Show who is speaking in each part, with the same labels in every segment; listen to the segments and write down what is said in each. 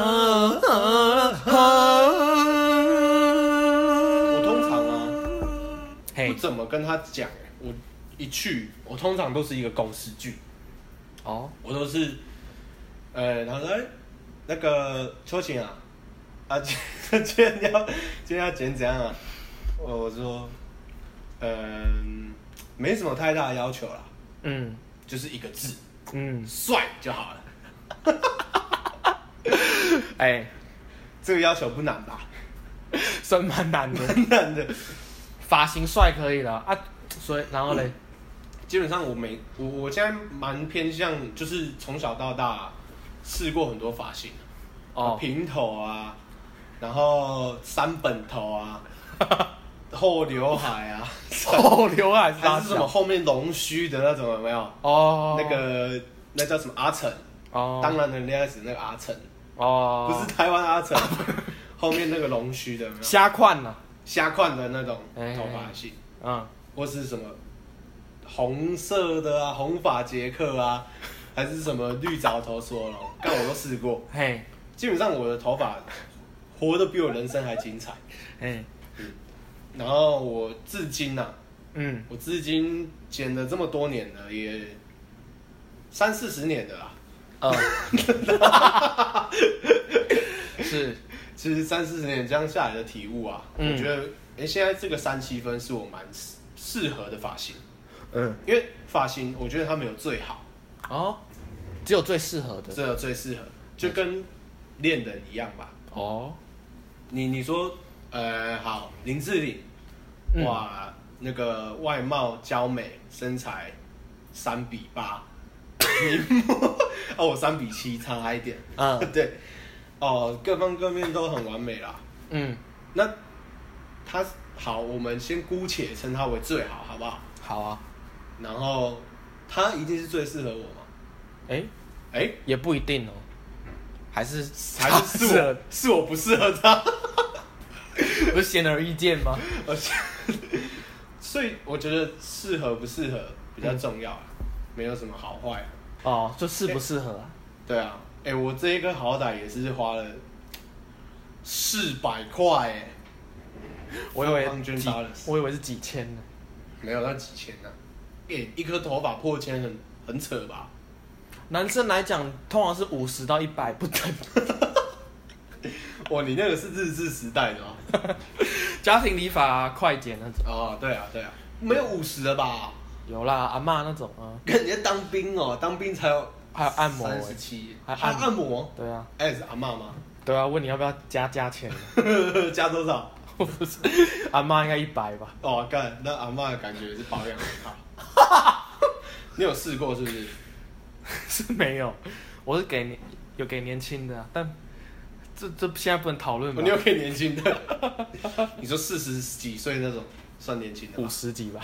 Speaker 1: 啊
Speaker 2: 嘿
Speaker 1: 不怎么跟他讲、我一去，我通常都是一个公式剧，
Speaker 2: 哦，
Speaker 1: 我都是，呃，然后说，哎那个秋晴啊，啊，今今天要今天要剪怎样啊？我我说，嗯、没什么太大的要求啦，
Speaker 2: 嗯
Speaker 1: 就是一个字，
Speaker 2: 嗯，
Speaker 1: 帅就好了。
Speaker 2: 哎，
Speaker 1: 这个要求不难吧？
Speaker 2: 算蛮难的，
Speaker 1: 很难的。
Speaker 2: 发型帅可以了啊，所以然后
Speaker 1: 嗯
Speaker 2: 嘞，
Speaker 1: 基本上我每我我现在蛮偏向，就是从小到大试过很多发型，啊
Speaker 2: 哦，
Speaker 1: 平头啊，然后三本头 啊，后刘海啊，
Speaker 2: 后哦刘海是
Speaker 1: 还
Speaker 2: 啥
Speaker 1: 是什么？后面龙须的那种有没有？
Speaker 2: 哦，
Speaker 1: 哦那个那叫什么阿成？
Speaker 2: 哦，
Speaker 1: 当然的恋爱时那个阿成，
Speaker 2: 哦，
Speaker 1: 不是台湾 阿成，后面那个龙须的有没有？
Speaker 2: 瞎款了，
Speaker 1: 瞎款的那种
Speaker 2: 哎
Speaker 1: 头发型，
Speaker 2: 嗯，
Speaker 1: 或是什么红色的啊，红发杰 克啊，还是什么绿藻头梭龙，但我都试过。
Speaker 2: 嘿，
Speaker 1: 基本上我的头发活得比我人生还精彩。
Speaker 2: 嘿，
Speaker 1: 然后我至今呐、啊，
Speaker 2: 嗯，
Speaker 1: 我至今剪了这么多年了，也三四十年的啦。
Speaker 2: 呃， 是，
Speaker 1: 其实三四十年这样下来的体悟啊，
Speaker 2: 嗯
Speaker 1: 我觉得，哎、现在这个三七分是我蛮适适合的发型，
Speaker 2: 嗯，
Speaker 1: 因为发型我觉得它没有最好，
Speaker 2: 哦，只有最适合的，
Speaker 1: 只有最适合，就跟恋人一样吧。
Speaker 2: 哦，
Speaker 1: 你你说，呃，好，林志玲，
Speaker 2: 嗯
Speaker 1: 哇，那个外貌娇美，身材三比 八，你摸哦，我三比七，差一点，
Speaker 2: 嗯
Speaker 1: 对，哦，各方各面都很完美啦。
Speaker 2: 嗯，
Speaker 1: 那他好，我们先姑且称他为最好，好不好？
Speaker 2: 好啊，
Speaker 1: 然后他一定是最适合我嘛？
Speaker 2: 哎，
Speaker 1: 哎、
Speaker 2: 也不一定哦，还 是啊
Speaker 1: 还是是我是我不适合他，
Speaker 2: 不是显而易见吗？
Speaker 1: 而且所以我觉得适合不适合比较重要啊，没有什么好坏啊、
Speaker 2: 哦，就适不适合啊？
Speaker 1: 对啊，哎、我这一个好歹也是花了四百块哎，
Speaker 2: 我以为
Speaker 1: 方君
Speaker 2: 几
Speaker 1: Dallas，
Speaker 2: 我以为是几千呢。
Speaker 1: 没有那几千呢、啊，哎、一颗头发破千很很扯吧？
Speaker 2: 男生来讲，通常是五十到一百不等。
Speaker 1: 哇，你那个是日治时代的吗？
Speaker 2: 家庭理发、啊、快剪那种，
Speaker 1: 哦，对啊，对啊，没有五十了吧？
Speaker 2: 有啦，阿嬷那种啊，
Speaker 1: 感觉当兵哦，当兵才有
Speaker 2: 还有按摩
Speaker 1: 三
Speaker 2: 欸
Speaker 1: 十七，
Speaker 2: 还
Speaker 1: 还
Speaker 2: 按
Speaker 1: 按摩，
Speaker 2: 对啊，
Speaker 1: 哎、是阿嬷吗？
Speaker 2: 对啊，问你要不要加价钱？
Speaker 1: 加多少？
Speaker 2: 我不是，阿嬷应该一百吧？
Speaker 1: 哦，干，那阿嬷感觉是保养很好。 你有试过是不是？
Speaker 2: 是没有，我是给年有给年轻的、啊，但这这现在不能讨论吧
Speaker 1: 哦、 你？有给年轻的， 你说四十几岁那种算年轻的
Speaker 2: 五
Speaker 1: 吧？
Speaker 2: 十 几吧？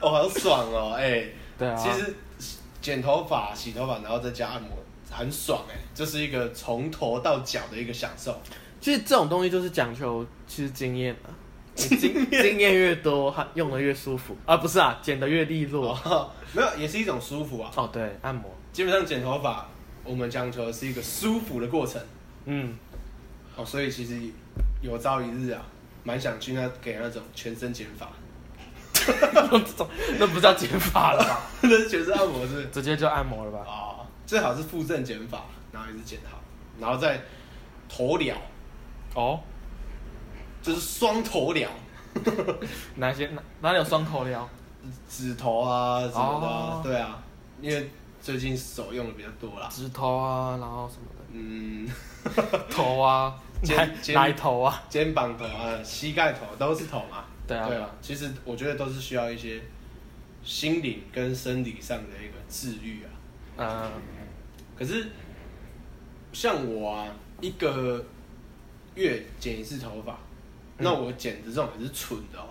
Speaker 1: 哦，好爽哦，哎、
Speaker 2: 对啊，
Speaker 1: 其实剪头发、洗头发，然后再加按摩，很爽哎、这、是一个从头到脚的一个享受。
Speaker 2: 其实这种东西就是讲求其实经验啊，你 经经验越多，它用的越舒服啊，不是啊，剪的越利落。
Speaker 1: 哦， 没有，也是一种舒服啊。
Speaker 2: 哦，对，按摩，
Speaker 1: 基本上剪头发，我们讲求的是一个舒服的过程。
Speaker 2: 嗯，
Speaker 1: 哦，所以其实有朝一日啊，蛮想去那给那种全身剪发，
Speaker 2: 这种那不叫剪发了吧？
Speaker 1: 那是全身按摩是不是
Speaker 2: 直接就按摩了吧？
Speaker 1: 哦，最好是附赠剪发，然后也是剪好，然后再头疗，
Speaker 2: 哦，
Speaker 1: 就是双头疗，
Speaker 2: 哪些哪哪里有双头疗？
Speaker 1: 指头啊什么的啊、
Speaker 2: 哦
Speaker 1: 对啊，因为最近手用的比较多啦。
Speaker 2: 指头啊，然后什么的，
Speaker 1: 嗯，
Speaker 2: 头啊，
Speaker 1: 肩
Speaker 2: 奶
Speaker 1: 肩
Speaker 2: 奶头啊，
Speaker 1: 肩膀头啊、膝盖头都是头嘛。
Speaker 2: 对啊
Speaker 1: 对啊，其实我觉得都是需要一些心灵跟生理上的一个治愈啊。
Speaker 2: 嗯，
Speaker 1: 可是像我啊，一个月剪一次头发，那我剪的这种还是蠢的哦，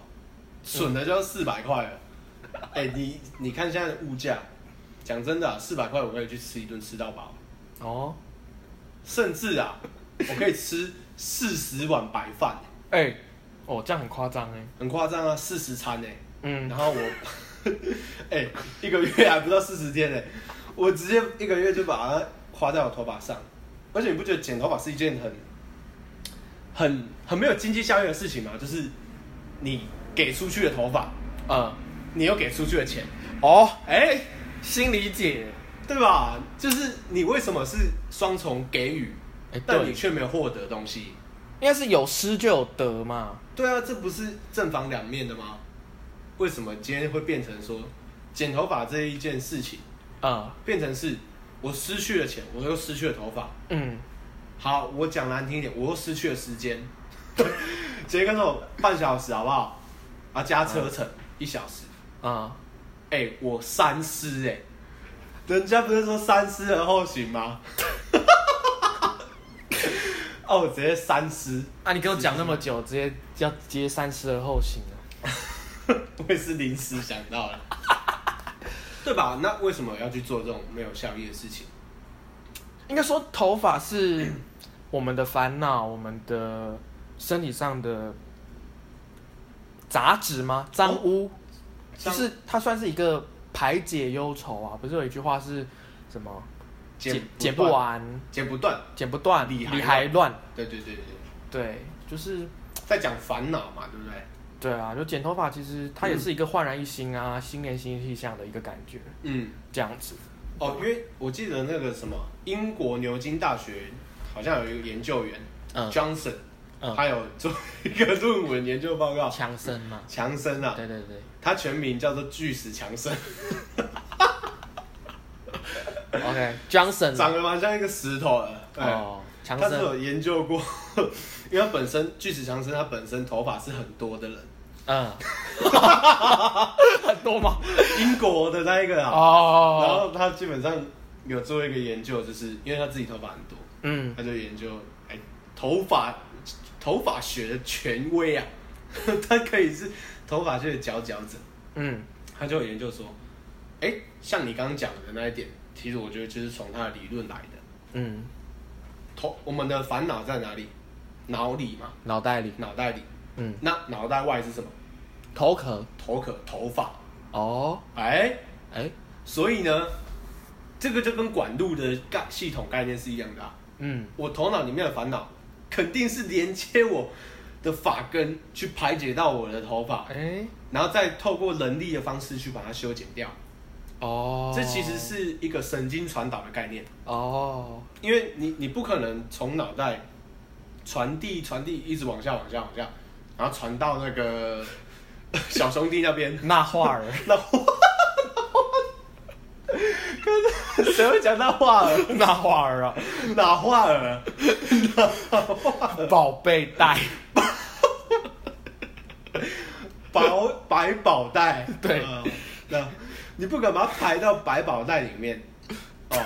Speaker 1: 蠢的就要四百块了。哎、你你看现在的物价，讲真的、啊，四百块我可以去吃一顿吃到饱，
Speaker 2: 哦，
Speaker 1: 甚至啊，我可以吃四十碗白饭，
Speaker 2: 哎、哦，这样很夸张哎，
Speaker 1: 很夸张啊，四十餐呢、
Speaker 2: 嗯，
Speaker 1: 然后我， 哎、一个月还不到四十天呢、我直接一个月就把它花在我头发上，而且你不觉得剪头发是一件很、很、很没有经济效益的事情吗？就是你给出去的头发，
Speaker 2: 嗯，
Speaker 1: 你又给出去的钱，
Speaker 2: 哦，
Speaker 1: 哎、
Speaker 2: 新理解，
Speaker 1: 对吧？就是你为什么是双重给予，
Speaker 2: 哎
Speaker 1: 但
Speaker 2: 对
Speaker 1: 你却没有获得东西？
Speaker 2: 应该是有失就有得嘛，
Speaker 1: 对啊，这不是正反两面的吗？为什么今天会变成说剪头发这一件事情，
Speaker 2: 嗯
Speaker 1: 变成是我失去了钱，我又失去了头发？
Speaker 2: 嗯，
Speaker 1: 好，我讲难听一点，我又失去了时间， 杰克说半小时好不好？啊，加车程、一小时，
Speaker 2: 啊、
Speaker 1: 哎、我三思哎、人家不是说三思而后行吗？ 哦，我直接三思，
Speaker 2: 啊，你给我讲那么久，直接要接三思而后行啊了。
Speaker 1: 我也是临时想到了， 对吧？那为什么要去做这种没有效益的事情？
Speaker 2: 应该说，头发是我们的烦恼，我们的身体上的杂质吗？脏污，就
Speaker 1: 脏
Speaker 2: 是它算是一个排解忧愁啊。不是有一句话是什么？剪剪啊不
Speaker 1: 断，
Speaker 2: 完，
Speaker 1: 剪不断，
Speaker 2: 剪不断，
Speaker 1: 理还
Speaker 2: 理还乱。
Speaker 1: 对对对对对，
Speaker 2: 对，就是
Speaker 1: 在讲烦恼嘛，对不对？
Speaker 2: 对啊，就剪头发，其实它也是一个焕然一新啊，新年新气象的一个感觉，
Speaker 1: 嗯，
Speaker 2: 这样子。
Speaker 1: 哦，因为我记得那个什么，英国牛津大学好像有一个研究员、
Speaker 2: 嗯
Speaker 1: Johnson，、
Speaker 2: 嗯
Speaker 1: 他有做一个论文研究报 告，
Speaker 2: 强生嘛，
Speaker 1: 强森啊，
Speaker 2: 对对对。
Speaker 1: 他全名叫做巨石强森，
Speaker 2: OK，Johnson，、
Speaker 1: 长得蛮像一个石头的。对，
Speaker 2: 嗯哦，强
Speaker 1: 哎他是
Speaker 2: 生，
Speaker 1: 有研究过，因为他本身巨石强森他本身头发是很多的人，
Speaker 2: 嗯， 很多吗？
Speaker 1: 英国的那一个啊，然
Speaker 2: 哦，
Speaker 1: 后他基本上有做一个研究，就是因为他自己头发很多，
Speaker 2: 嗯，
Speaker 1: 他就研究哎头发头发学的权威啊， 他可以是头发学的佼佼者，
Speaker 2: 嗯，
Speaker 1: 他就有研究说，哎、像你刚刚讲的那一点，其实我觉得就是从他的理论来的。
Speaker 2: 嗯，
Speaker 1: 头我们的烦恼在哪里？脑里嘛，
Speaker 2: 脑袋里，
Speaker 1: 脑袋里。
Speaker 2: 嗯，
Speaker 1: 那脑袋外是什么？
Speaker 2: 头壳，
Speaker 1: 头壳、头发。
Speaker 2: 哦，
Speaker 1: 哎、
Speaker 2: 哎、
Speaker 1: 所以呢，这个就跟管路的概系统概念是一样的啊。
Speaker 2: 嗯，
Speaker 1: 我头脑里面的烦恼，肯定是连接我的发根去排解到我的头发
Speaker 2: 哎、，
Speaker 1: 然后再透过人力的方式去把它修剪掉。
Speaker 2: 哦，
Speaker 1: 这其实，是一个神经传导的概念，
Speaker 2: 哦，
Speaker 1: 因为你你不可能从脑袋传递传递一直往下往下往下，然后传到那个小兄弟那边，
Speaker 2: 那画儿，
Speaker 1: 那话，可是谁会讲那话儿？
Speaker 2: 那画儿啊，
Speaker 1: 哪话儿？
Speaker 2: 宝贝袋，
Speaker 1: 宝百宝袋，
Speaker 2: 对
Speaker 1: 嗯那、你不敢把它排到百宝袋里面，哦，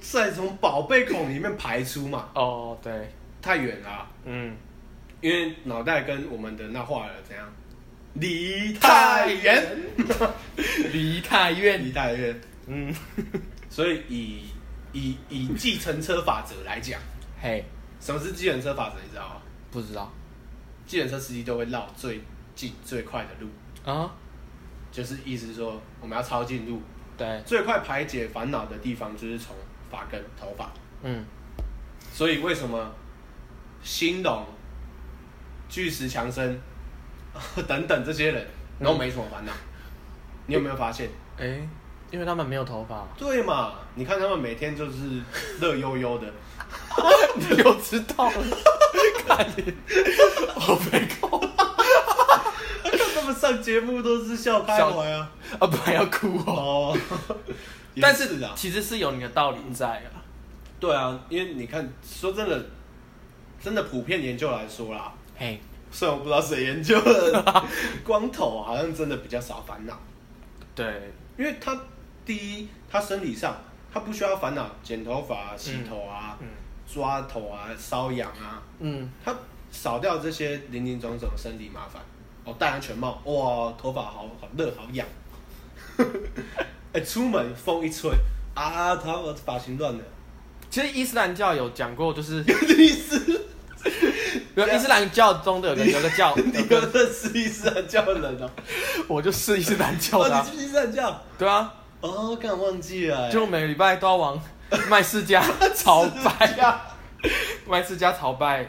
Speaker 1: 再从宝贝孔里面排出嘛，
Speaker 2: 哦，对，
Speaker 1: 太远了啊、
Speaker 2: 嗯，
Speaker 1: 因为脑袋跟我们的那话儿怎样，离
Speaker 2: 太
Speaker 1: 太
Speaker 2: 远
Speaker 1: 远，
Speaker 2: 离太远，
Speaker 1: 离太远，
Speaker 2: 嗯，
Speaker 1: 所以以以以计程车法则来讲，
Speaker 2: 嘿，
Speaker 1: 什么是计程车法则？你知道吗？
Speaker 2: 不知道
Speaker 1: 计程车司机都会绕最近最快的路，
Speaker 2: 啊，
Speaker 1: 就是意思是说我们要抄近路，
Speaker 2: 对，
Speaker 1: 最快排解烦恼的地方就是从发根头发，
Speaker 2: 嗯，
Speaker 1: 所以为什么兴隆、巨石强森 等等这些人
Speaker 2: 嗯
Speaker 1: 都没什么烦恼？你有没有发现？
Speaker 2: 哎、因为他们没有头发，
Speaker 1: 对嘛？你看他们每天就是乐悠悠的，
Speaker 2: 你又知道了， Oh 看你，我没空。
Speaker 1: 他们上节目都是笑开怀啊。
Speaker 2: 啊，不然要哭哦。
Speaker 1: 哦， 也
Speaker 2: 但
Speaker 1: 是
Speaker 2: 是
Speaker 1: 啊，
Speaker 2: 其实是有你的道理在啊。
Speaker 1: 对啊，因为你看，说真的，真的普遍研究来说啦，
Speaker 2: 嘿，
Speaker 1: 虽然我不知道谁研究的， 光头好像真的比较少烦恼，
Speaker 2: 对，
Speaker 1: 因为他第一，他生理上他不需要烦恼剪头发、啊、洗头啊、
Speaker 2: 嗯
Speaker 1: 抓头啊、瘙痒啊，
Speaker 2: 嗯，
Speaker 1: 他少掉这些零零总总的身体麻烦。哦，戴安全帽，哇，头发好好热好痒。 哎、出门风一吹，啊，他我发型乱了。
Speaker 2: 其实伊斯兰教有讲过，就是
Speaker 1: 律师，
Speaker 2: 比如伊斯兰教中的有个有个教，
Speaker 1: 哦你
Speaker 2: 有
Speaker 1: 有
Speaker 2: 个
Speaker 1: 认识伊斯兰教的人哦？
Speaker 2: 我就是伊斯兰教的
Speaker 1: 哦，
Speaker 2: 啊、
Speaker 1: 你是不是伊斯兰教？
Speaker 2: 对啊，
Speaker 1: 哦，刚忘记了、哎
Speaker 2: 就每个礼拜都要往麦世家朝
Speaker 1: 伊斯兰
Speaker 2: 拜，
Speaker 1: 教
Speaker 2: 麦世家朝拜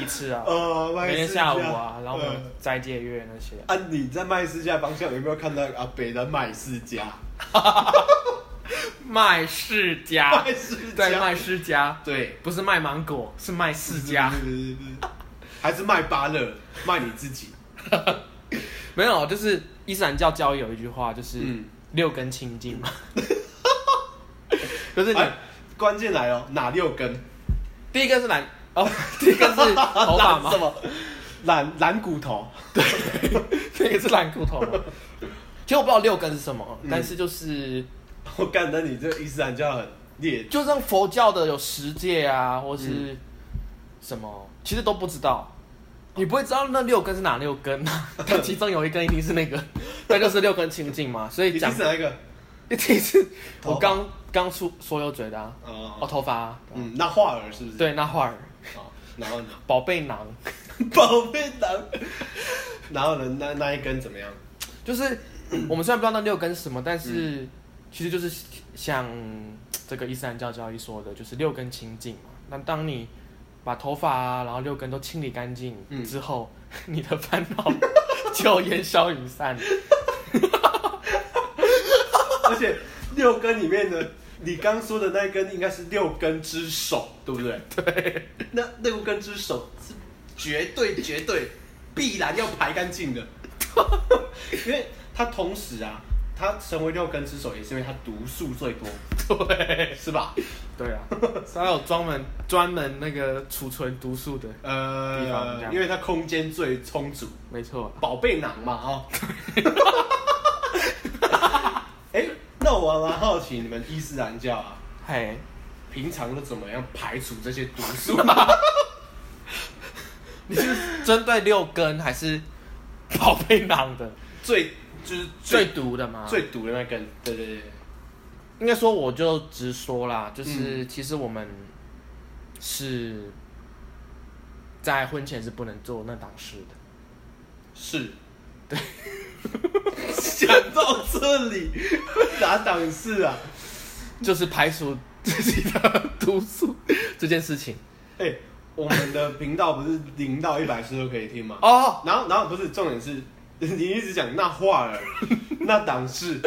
Speaker 2: 一次啊，
Speaker 1: 呃，
Speaker 2: 每
Speaker 1: 麦
Speaker 2: 天
Speaker 1: 斯
Speaker 2: 下午
Speaker 1: 架
Speaker 2: 啊，然后我们
Speaker 1: 呃
Speaker 2: 斋戒月那些啊，
Speaker 1: 啊，你在卖世家方向有没有看到阿北在卖世家？
Speaker 2: 卖世家
Speaker 1: 卖，世家，
Speaker 2: 啊对，卖世家，
Speaker 1: 对，
Speaker 2: 不是卖芒果，是卖世 家。
Speaker 1: 不是不是不是还是卖芭乐，卖你自己。
Speaker 2: 没有，就是伊斯兰教教义有一句话，就是
Speaker 1: 嗯
Speaker 2: 六根清净 嘛。就是你
Speaker 1: 哎，关键来了，哪六根？
Speaker 2: 第一个是懒，哦，第一个是头发
Speaker 1: 懒
Speaker 2: 嘛，
Speaker 1: 什么？懒懒骨头。
Speaker 2: 第一个是懒骨头嗯嘛。 其实我不知道六根是什么，但是就是
Speaker 1: 我干，那你这伊斯兰教很烈。
Speaker 2: 就像佛教的有十戒啊，或是什么，其实都不知道。你不会知道那六根是哪六根啊？ 但其中有一根一定是 那个，那就是六根清净嘛。所以
Speaker 1: 你是
Speaker 2: 讲
Speaker 1: 哪一个？
Speaker 2: 一定是
Speaker 1: 头发
Speaker 2: 我刚刚出说有嘴的啊，哦，
Speaker 1: 哦，
Speaker 2: 头发啊，
Speaker 1: 嗯，那画儿是不是？
Speaker 2: 对，那画儿
Speaker 1: 好。然后呢？
Speaker 2: 宝贝囊，
Speaker 1: 宝贝囊。 然后呢？那那一根怎么样？
Speaker 2: 就是我们虽然不知道那六根是什么，但是其实就是像这个伊斯兰教教义说的，就是六根清净嘛。那当你把头发啊，然后六根都清理干净
Speaker 1: 嗯
Speaker 2: 之后，你的烦恼 就烟消云散。
Speaker 1: 而且六根里面呢，你刚说的那一根应该是六根之首，对不 对？对。那六根之首是绝对绝对必然要排干净的， 因为它同时啊，它成为六根之首，也是因为它毒素最多，
Speaker 2: 对，
Speaker 1: 是吧？
Speaker 2: 对啊，所以有专门专门那个储存毒素的，地方这
Speaker 1: 呃，
Speaker 2: 样
Speaker 1: 因为它空间最充足，
Speaker 2: 没错。
Speaker 1: 宝贝囊嘛啊、哦。 哎、那我蛮好奇你们伊斯兰教啊，
Speaker 2: 嘿，
Speaker 1: 平常都怎么样排除这些毒素？
Speaker 2: 你是针对六根还是 宝贝囊的
Speaker 1: 最就是
Speaker 2: 最
Speaker 1: 最
Speaker 2: 毒的吗？
Speaker 1: 最毒的那根，对对对，
Speaker 2: 应该说我就直说啦，就是其实我们是在婚前是不能做那档事的。
Speaker 1: 是， 对。想到这里， 哪档事啊？
Speaker 2: 就是排除自己的毒素这件事情
Speaker 1: 哎、我们的频道不是零到一百次都可以听吗？
Speaker 2: 哦，
Speaker 1: 然后，然后不是重点是， 你一直讲那话儿，那档事，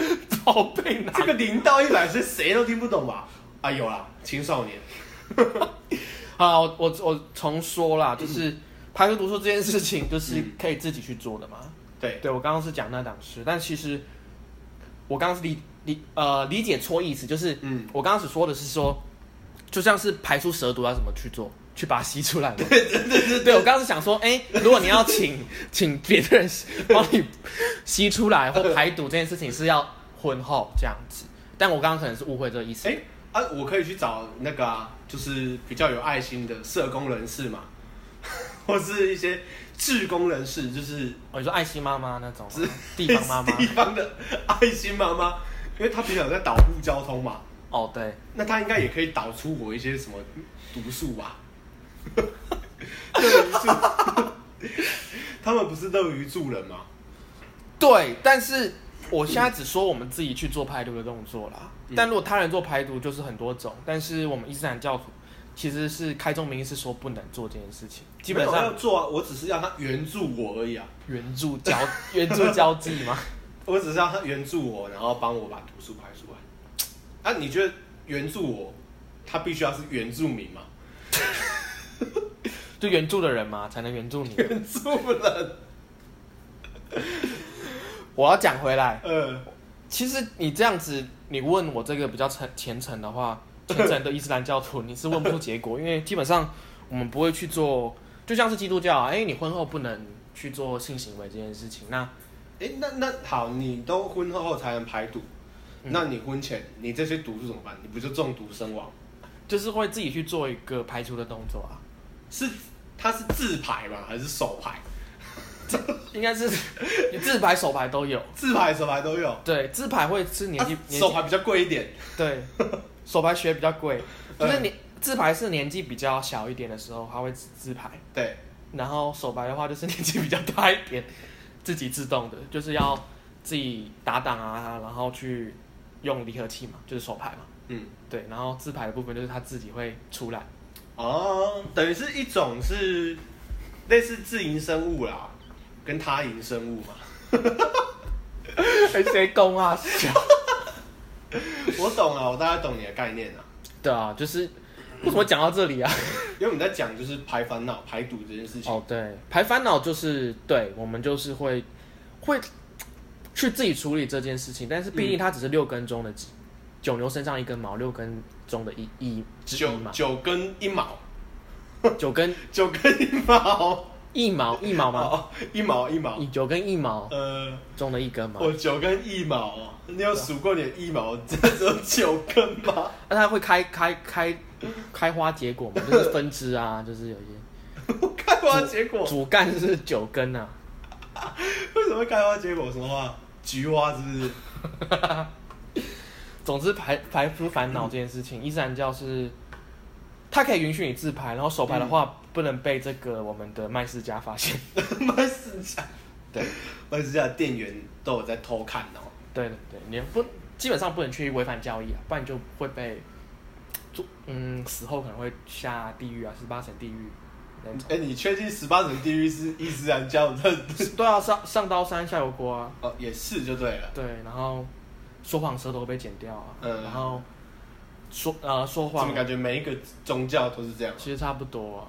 Speaker 2: 宝贝囊
Speaker 1: 这个零到一百是谁都听不懂吧？啊，有啦，青少年，
Speaker 2: 好，我我我重说啦，就是排除毒素这件事情，就是可以自己去做的嘛。
Speaker 1: 对，
Speaker 2: 对我刚刚是讲那档事，但其实我刚刚是理理呃理解错意思，就是
Speaker 1: 嗯
Speaker 2: 我刚刚所说的是说，就像是排出蛇毒要怎么去做，去把它吸出来嘛。对，我刚刚是想说，哎、如果你要请请别的人帮你吸出来或排毒这件事情是要婚后这样子，但我刚刚可能是误会这个意思。
Speaker 1: 哎、啊，我可以去找那个啊，就是比较有爱心的社工人士嘛， 或是一些志工人士，就是
Speaker 2: 哦，你说爱心妈妈那种吗地方妈妈
Speaker 1: 地？方的爱心妈妈，因为她平常在导护交通嘛，
Speaker 2: 哦，对，
Speaker 1: 那她应该也可以导出我一些什么毒素吧？ 乐于助， 他们不是乐于助人吗？
Speaker 2: 对，但是我现在只说我们自己去做排毒的动作啦。
Speaker 1: 嗯
Speaker 2: 但如果他人做排毒，就是很多种。但是我们伊斯兰教徒其实是开宗明义是说不能做这件事情，基本
Speaker 1: 没有要
Speaker 2: 上
Speaker 1: 做啊，我只是让他援助我而已啊，
Speaker 2: 援助交 援助交际嘛。
Speaker 1: 我只是让他援助我，然后帮我把毒素排出来。啊，你觉得援助我，他必须要是原住民嘛？
Speaker 2: 就援助的人嘛，才能援助你。
Speaker 1: 原住 人，
Speaker 2: 我要讲回来，
Speaker 1: 呃，
Speaker 2: 其实你这样子，你问我这个比较虔虔诚的话，虔诚的伊斯兰教徒，你是问不出结果，因为基本上我们不会去做，就像是基督教啊，哎、你婚后不能去做性行为这件事情，那。
Speaker 1: 哎、那那好，你都婚后才能排毒，
Speaker 2: 嗯
Speaker 1: 那你婚前你这些毒素怎么办？你不就中毒身亡？
Speaker 2: 就是会自己去做一个排除的动作啊，
Speaker 1: 是他是自排吗？还是手排？
Speaker 2: 应该是你 自排手排都有。
Speaker 1: 自排手排都有，
Speaker 2: 对，自排会是年纪、
Speaker 1: 啊
Speaker 2: 年
Speaker 1: 手
Speaker 2: 纪
Speaker 1: 排比较贵一点。
Speaker 2: 对，手排学比较贵，就是你自排是年纪比较小一点的时候，他会自自排，
Speaker 1: 对，
Speaker 2: 然后手排的话就是年纪比较大一点，自己自动的， 就是要自己打档啊，然后去用离合器嘛，就是手排嘛，
Speaker 1: 嗯，
Speaker 2: 对，然后自排的部分就是他自己会出来，
Speaker 1: 哦，等于是一种是类似自营生物啦，跟他营生物嘛。
Speaker 2: 还谁攻啊？
Speaker 1: 我懂了，我大概懂你的概念了。
Speaker 2: 对啊，就是为什么讲到这里啊？
Speaker 1: 因为我们在讲就是排烦恼、排毒这件事情。
Speaker 2: 哦，对，排烦恼就是对我们就是会会去自己处理这件事情，但是毕竟它只是六根中的几九牛身上一根毛，六根中的一一之一
Speaker 1: 九
Speaker 2: 嘛，
Speaker 1: 九根一毛，
Speaker 2: 九根
Speaker 1: 九根一毛，
Speaker 2: 一毛一毛嘛，
Speaker 1: 哦，一毛一毛
Speaker 2: 一，九根一毛
Speaker 1: 呃，
Speaker 2: 中的一根嘛，
Speaker 1: 我九根一毛哦，你有数过你的一毛，这
Speaker 2: 啊
Speaker 1: 只有九根吗？
Speaker 2: 那它会开开开开花结果嘛，就是分支啊，就是有一些
Speaker 1: 我开花结果，
Speaker 2: 主干是九根啊，
Speaker 1: 为什么会开花结果？什么花？菊花是不是？
Speaker 2: 总之排排除烦恼这件事情，伊斯兰教是它可以允许你自排，然后手排的话、不能被这个我们的麦斯加发现。
Speaker 1: 麦斯家，
Speaker 2: 对，
Speaker 1: 麦斯家的店员都有在偷看哦。
Speaker 2: 对对对，你不基本上不能去违反教义啊，不然你就会被做嗯死后可能会下地狱啊，十八层地狱那种。
Speaker 1: 哎、你确定十八层地狱是伊斯兰教 的？
Speaker 2: 对啊，上上刀山下油锅啊，
Speaker 1: 哦，也是就对了。
Speaker 2: 对，然后说谎舌头会被剪掉啊，
Speaker 1: 嗯
Speaker 2: 然后说呃说
Speaker 1: 怎
Speaker 2: 谎
Speaker 1: 么感觉每一个宗教都是这样？
Speaker 2: 其实差不多啊。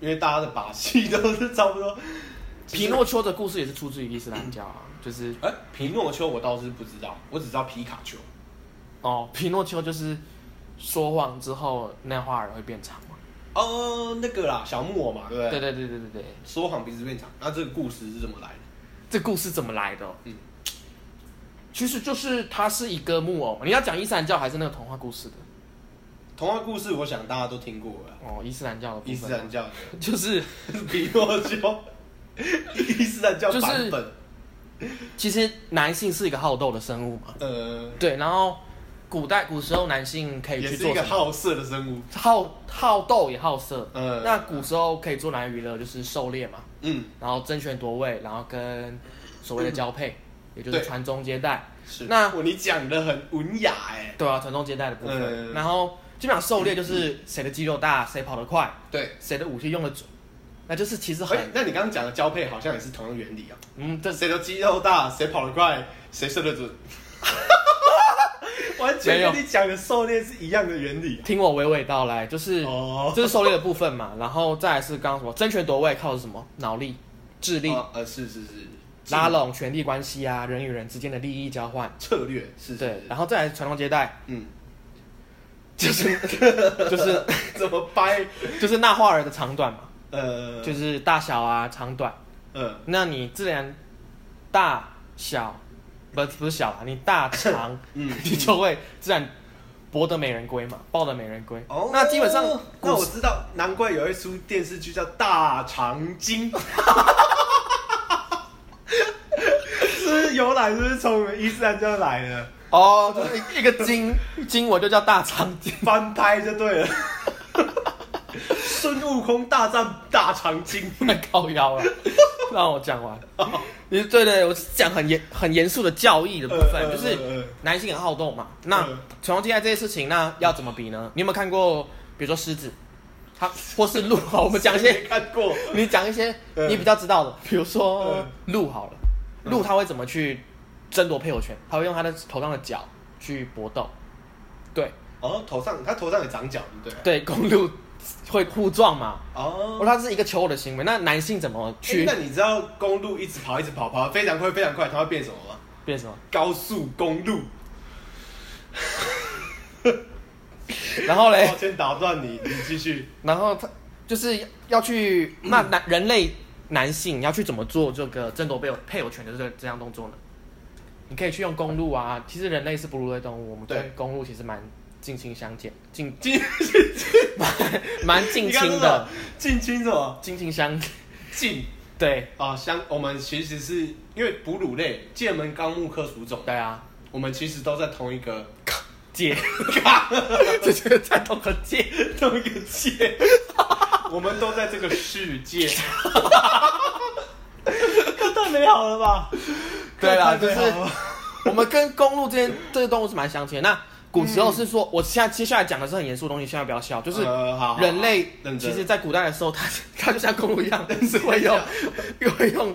Speaker 1: 因为大家的把戏都是差 不多。
Speaker 2: 皮诺丘的故事也是出自于伊斯兰教啊，就是
Speaker 1: 哎、皮诺丘我倒是不知道，我只知道皮卡丘。
Speaker 2: 哦，皮诺丘就是说谎之后那花儿会变长嘛。
Speaker 1: 哦，那个啦，小木偶嘛，对不
Speaker 2: 对
Speaker 1: 对？
Speaker 2: 对对对对对，
Speaker 1: 说谎鼻子变长，那这个故事是怎么来的？
Speaker 2: 这故事怎么来的？哦
Speaker 1: 嗯，
Speaker 2: 其实就是它是一个木偶。你要讲伊斯兰教还是那个童话故事的？
Speaker 1: 童话故事我想大家都听过了，
Speaker 2: 哦，伊斯兰教的部分
Speaker 1: 伊斯兰教的
Speaker 2: 就是
Speaker 1: 皮诺丘，伊斯兰教版
Speaker 2: 就
Speaker 1: 本。
Speaker 2: 其实男性是一个好斗的生物嘛。
Speaker 1: 呃，
Speaker 2: 对，然后古代古时候男性可以
Speaker 1: 也
Speaker 2: 去
Speaker 1: 是
Speaker 2: 做
Speaker 1: 一个
Speaker 2: 什么？
Speaker 1: 好色的生物。
Speaker 2: 好好斗也好色。
Speaker 1: 呃，
Speaker 2: 那古时候可以做男娱乐，就是狩猎嘛，
Speaker 1: 嗯
Speaker 2: 然后争权夺位，然后跟所谓的交配，也就是
Speaker 1: 对
Speaker 2: 传宗接代。
Speaker 1: 是。
Speaker 2: 那
Speaker 1: 我你讲的很文雅哎、
Speaker 2: 对啊，传宗接代的部分。
Speaker 1: 嗯
Speaker 2: 然后基本上狩猎就是谁的肌肉大，谁跑得快，
Speaker 1: 对。
Speaker 2: 谁的武器用的准，那就是其实
Speaker 1: 哎、
Speaker 2: 很
Speaker 1: 那你刚刚讲的交配好像也是同样原理啊、
Speaker 2: 嗯，这是
Speaker 1: 谁的肌肉大，谁跑得快，谁射得准。 完
Speaker 2: 没
Speaker 1: 全
Speaker 2: 有
Speaker 1: 跟你讲的狩猎是一样的原理、啊。
Speaker 2: 听我娓娓道来，就是、
Speaker 1: 哦，
Speaker 2: 这是狩猎的部分嘛，然后再来是刚刚什么争权夺位靠的是什么脑力、智力、
Speaker 1: 哦呃是是是，
Speaker 2: 拉拢权力关系啊，人与人之间的利益交换，
Speaker 1: 策略是是
Speaker 2: 对，
Speaker 1: 是
Speaker 2: 然后再来是传宗接 代，
Speaker 1: 嗯，
Speaker 2: 就是就是
Speaker 1: 怎么掰？
Speaker 2: 就是那画儿的长短嘛，
Speaker 1: 呃，
Speaker 2: 就是是大小啊长短，
Speaker 1: 呃，
Speaker 2: 那你自然大小不不是小啊，你大长
Speaker 1: 嗯
Speaker 2: 你就会自然博得美人归嘛，抱得美人归。
Speaker 1: 哦，
Speaker 2: 那基本上
Speaker 1: 那
Speaker 2: 古
Speaker 1: 我
Speaker 2: 时
Speaker 1: 知道，难怪有一出电视剧叫《大长今》， 是不是由来？是不是从我们伊斯兰教来的？
Speaker 2: 哦，就是一一个金金我就叫大长今。
Speaker 1: 翻拍就对了。孙悟空大战大长今，
Speaker 2: 太高腰了，让我讲完。你对对，我是讲很严很严肃的教义的部分，
Speaker 1: 呃
Speaker 2: 就是
Speaker 1: 呃呃
Speaker 2: 男性很好动嘛。那
Speaker 1: 嗯
Speaker 2: 传宗接代这些事情，那要怎么比呢？你有没有看过，比如说狮子，它或是鹿？好，我们讲一
Speaker 1: 谁
Speaker 2: 些，
Speaker 1: 没看过，
Speaker 2: 你讲一些
Speaker 1: 嗯
Speaker 2: 你比较知道的，比如说
Speaker 1: 嗯
Speaker 2: 鹿好了，鹿它会怎么去争夺配偶权？它会用它的头上的角去搏斗。对
Speaker 1: 哦，头上他头上也长角，对不对？
Speaker 2: 对，公鹿会互撞嘛？
Speaker 1: 哦
Speaker 2: 哦，，它是一个求偶的行为。那男性怎么
Speaker 1: 欸
Speaker 2: 去
Speaker 1: 那你知道公路一直跑，一直跑，跑得非常快，非常快，它会变什么吗？
Speaker 2: 变什么？
Speaker 1: 高速公路。
Speaker 2: 然后嘞
Speaker 1: 抱？歉哦打断你，你继续。
Speaker 2: 然后他就是要去那男人类男性要去怎么做这个争夺配偶配偶权的这个这样动作呢？你可以去用公路啊，其实人类是哺乳类动物，我们
Speaker 1: 对
Speaker 2: 对公路其实蛮近亲相见，近
Speaker 1: 近
Speaker 2: 蛮近亲的，，
Speaker 1: 近亲什么？
Speaker 2: 近亲相
Speaker 1: 近
Speaker 2: 对
Speaker 1: 啊，相我们其实是因为哺乳类，界门纲目科属种，
Speaker 2: 对啊，
Speaker 1: 我们其实都在同一个
Speaker 2: 界，这就是在同个界，
Speaker 1: 同一个界， 我们都在这个世界。 太美好了吧？
Speaker 2: 对啦 啊
Speaker 1: 太美好了
Speaker 2: 就是我们跟公路之间这个动物是蛮相近的。那古时候是说，我现在接下来讲的是很严肃的东西，千万不要笑。就是
Speaker 1: 嗯呃好好好
Speaker 2: 人类
Speaker 1: 认真
Speaker 2: 其实在古代的时候，它 它就像公路一样，是会用会用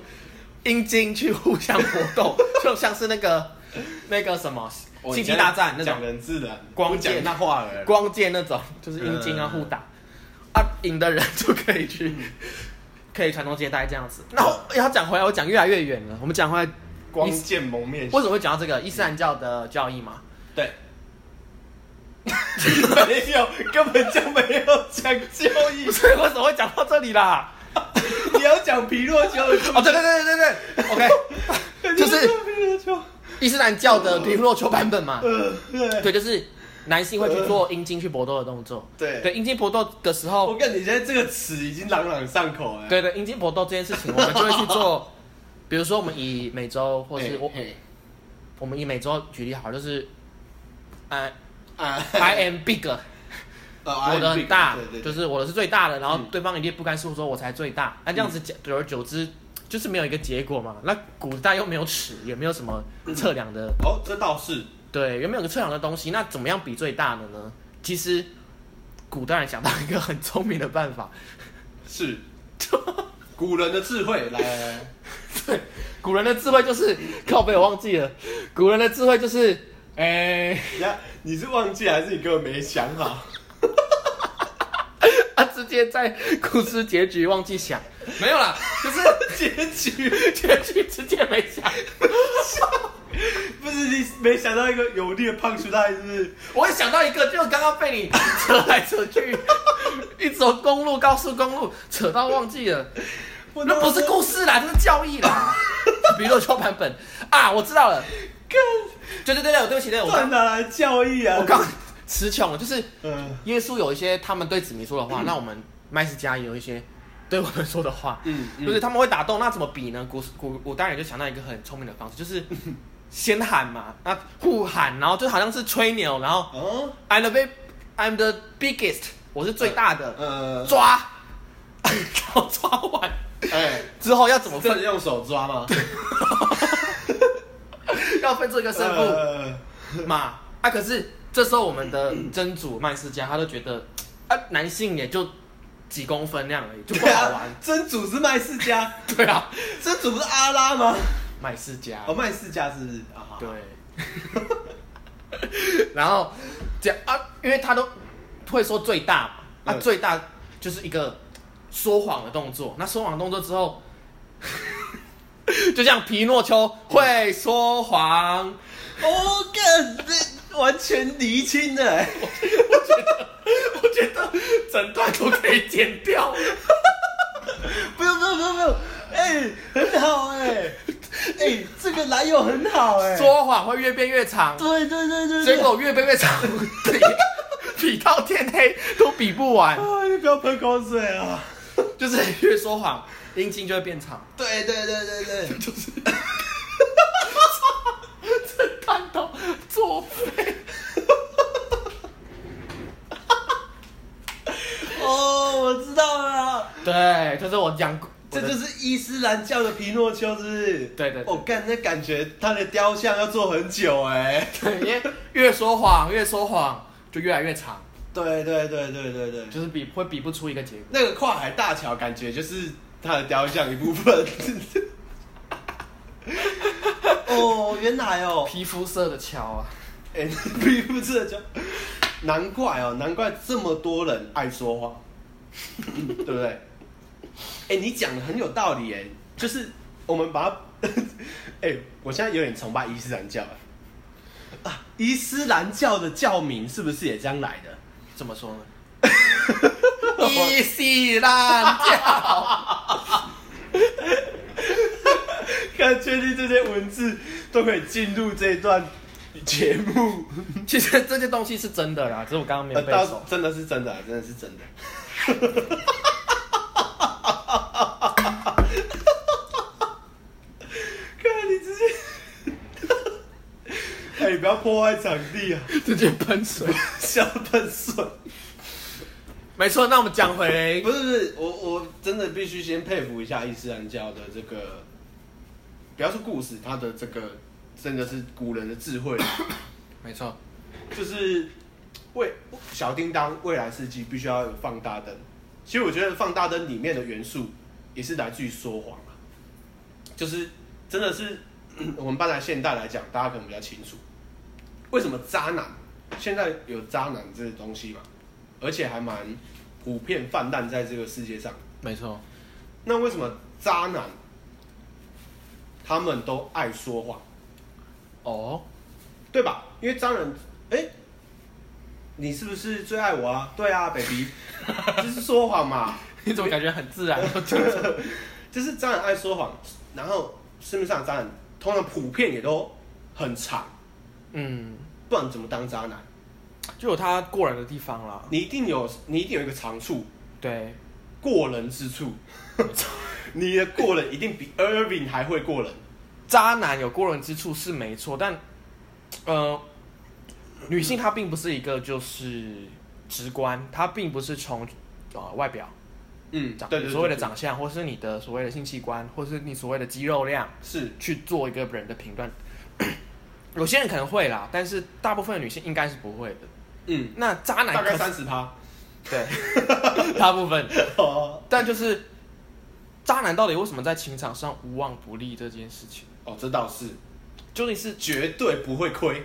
Speaker 2: 阴茎去互相搏 斗，就像是那个那个什么
Speaker 1: 我
Speaker 2: 星际大战那
Speaker 1: 哦讲
Speaker 2: 种
Speaker 1: 人自然，
Speaker 2: 光
Speaker 1: 不讲
Speaker 2: 剑
Speaker 1: 那话了。
Speaker 2: 光剑那种，就是阴茎啊
Speaker 1: 嗯
Speaker 2: 互打啊，赢的人就可以 去可以传宗接代这样子。然后要讲回来，我讲越来越远了，我们讲回来。
Speaker 1: 光剑蒙面
Speaker 2: 为什么会讲到这个伊斯兰教的教义嘛？
Speaker 1: 对， 没有，根本就没有讲交 易。
Speaker 2: 所以为什么会讲到这里啦？
Speaker 1: 你要讲皮诺丘的故事
Speaker 2: 哦，对对对对对对，OK，就是
Speaker 1: 皮诺丘。
Speaker 2: 伊斯兰教的皮诺丘版本嘛。
Speaker 1: 呃，对，
Speaker 2: 对，就是男性会去做阴茎去搏斗的动作。
Speaker 1: 对
Speaker 2: 对，阴茎搏斗的时
Speaker 1: 我
Speaker 2: 候，
Speaker 1: 跟你现在这个词已经朗朗上口了。
Speaker 2: 对对，阴茎搏斗这件事情，我们就会去做。 比如说，我们以美洲，或
Speaker 1: 嘿，
Speaker 2: 是我，
Speaker 1: 嘿
Speaker 2: 我们以美洲举例好了，就是，呃
Speaker 1: 啊
Speaker 2: ，I am big，
Speaker 1: 哦
Speaker 2: 我的
Speaker 1: I'm
Speaker 2: 很
Speaker 1: big，
Speaker 2: 大
Speaker 1: 对对，
Speaker 2: 就
Speaker 1: 对
Speaker 2: 是我的是最大的，然后
Speaker 1: 嗯
Speaker 2: 对方一定不甘示弱说我才最大，那这样子讲久而久之就是没有一个结果嘛。那古代又没有尺，也没有什么测量的
Speaker 1: 哦，这倒是
Speaker 2: 对，原本有个测量的东西，那怎么样比最大的呢？其实古代人想到一个很聪明的办法，
Speaker 1: 是，古人的智慧，来来来，
Speaker 2: 古人的智慧就是靠背，我忘记了，古人的智慧就是，哎、
Speaker 1: 等一下你是忘记还是你根本没想好？
Speaker 2: 他啊直接在故事结局忘记想，没有啦，就是
Speaker 1: 结局
Speaker 2: 结局直接没想，
Speaker 1: 不是你没想到一个有力的胖出来，是不是？
Speaker 2: 我想到一个，就刚刚被你扯来扯去，一直从公路高速公路扯到忘记 了。
Speaker 1: 我
Speaker 2: 那不是故事啦，这是教义啦。比如说版本啊，我知道了。对对对对，对不起，对不起我
Speaker 1: 断
Speaker 2: 刚
Speaker 1: 哪来教义啊？
Speaker 2: 我刚词穷了，就是
Speaker 1: 嗯
Speaker 2: 耶稣有一些他们对子民说的话，那我们麦斯加也有一些对我们说的话，
Speaker 1: 嗯嗯
Speaker 2: 就是他们会打动，那怎么比呢？古古古代人就想到一个很聪明的方式，就是 先喊嘛，那互喊，然后就好像是吹牛，然后
Speaker 1: 哦
Speaker 2: I'm the big, I'm the biggest，我是最大的，
Speaker 1: 呃，
Speaker 2: 抓， 然后抓完
Speaker 1: 哎，
Speaker 2: 之后要怎么
Speaker 1: 这
Speaker 2: 分？
Speaker 1: 的用手抓吗？
Speaker 2: 要分出一个胜负。
Speaker 1: 呃
Speaker 2: 嘛啊，可是这时候我们的真主曼斯加他都觉得，啊，男性也就几公分那样而已，就不
Speaker 1: 对
Speaker 2: 好
Speaker 1: 啊
Speaker 2: 玩。，
Speaker 1: 真主是麦世 家，
Speaker 2: 对啊，
Speaker 1: 真主不是阿拉吗？
Speaker 2: 曼斯加
Speaker 1: 哦，，麦世家是不是？啊，好
Speaker 2: 对。 然后讲啊，因为他都会说最大嘛，啊，
Speaker 1: 嗯
Speaker 2: 最大就是一个说谎的动作。那说谎动作之后， 就像皮诺丘会说谎，
Speaker 1: 哦，干，这完全厘清了、欸。
Speaker 2: 我觉得整段都可以剪掉。
Speaker 1: 不用不用不用不用，哎、很好哎、哎、这个男友很好哎、
Speaker 2: 说谎会越变越长，
Speaker 1: 对对对对对。
Speaker 2: 结果越变越长，比比到天黑都比不完，
Speaker 1: 啊，你不要喷口水啊！
Speaker 2: 就是越说谎，阴茎就会变长。
Speaker 1: 对对对对对，
Speaker 2: 看到作废，
Speaker 1: 哦，我知道了啦，
Speaker 2: 对，就是哦我讲过，
Speaker 1: 这就
Speaker 2: 我的
Speaker 1: 是伊斯兰教的皮诺丘，是不是？
Speaker 2: 对对对
Speaker 1: 我、干，那感觉他的雕像要做很久哎、
Speaker 2: 对，因为越说谎越说谎就越来越长，
Speaker 1: 对对对对对对，
Speaker 2: 就是比会比不出一个结果。
Speaker 1: 那个跨海大桥感觉就是他的雕像一 部分。哦，原来哦，
Speaker 2: 皮肤色的桥啊，
Speaker 1: 哎、皮肤这就难怪哦，难怪这么多人爱说谎， 对不对？哎、哎你讲的很有道理哎，就是我们把它， 哎、我现在有点崇拜伊斯兰教了啊，伊斯兰教的教名是不是也这样来的？
Speaker 2: 怎么说 呢？伊斯兰教，
Speaker 1: 看，确定这些文字都可以进入这一段节目，
Speaker 2: 其实这些东西是真的啦，只是我刚刚没有
Speaker 1: 呃，
Speaker 2: 背
Speaker 1: 到
Speaker 2: 熟。
Speaker 1: 真的是真的啊，真的是真的。 看你直接， 哎、你不要破坏场地啊！
Speaker 2: 直接喷水。
Speaker 1: 笑喷水，
Speaker 2: 没错，那我们讲回
Speaker 1: 不是不是，我我真的必须先佩服一下伊斯兰教的这个，不要说故事，他的这个真的是古人的智慧。
Speaker 2: 没错，
Speaker 1: 就是未小叮当未来世纪必须要有放大灯。其实我觉得放大灯里面的元素也是来自于说谎啊，就是真的是我们搬来现代来讲，大家可能比较清楚，为什么渣男现在有渣男这个东西嘛，而且还蛮普遍泛滥在这个世界上。
Speaker 2: 没错，
Speaker 1: 那为什么渣男他们都爱说谎，
Speaker 2: 哦，
Speaker 1: 对吧？因为渣男，哎、你是不是最爱我啊？对啊，baby，就 是说谎嘛，
Speaker 2: 你怎么感觉很自然？
Speaker 1: 就是渣男爱说谎，然后市面上的渣男通常普遍也都很长，
Speaker 2: 嗯，
Speaker 1: 不然怎么当渣男？
Speaker 2: 就有他过人的地方啦。
Speaker 1: 你一定有，你一定有一个长处，
Speaker 2: 对，
Speaker 1: 过人之 处，你的过人一定比 Irving 还会过人。
Speaker 2: 渣男有过人之处是没错，但呃，女性她并不是一个就是直观，她并不是从呃外表
Speaker 1: 嗯，
Speaker 2: 长
Speaker 1: 对对对，
Speaker 2: 所谓的
Speaker 1: 对
Speaker 2: 长相，或是你的所谓的性器官，或是你所谓的肌肉量
Speaker 1: 是
Speaker 2: 去做一个人的评断。 有些人可能会啦，但是大部分的女性应该是不会的。
Speaker 1: 嗯，
Speaker 2: 那渣男
Speaker 1: 大概
Speaker 2: 可
Speaker 1: 三十趴。
Speaker 2: 对， 大部分
Speaker 1: 哦
Speaker 2: 但就是渣男到底为什么在情场上无往不利这件事情，
Speaker 1: 哦，这倒是
Speaker 2: 究竟是
Speaker 1: 绝对不会亏。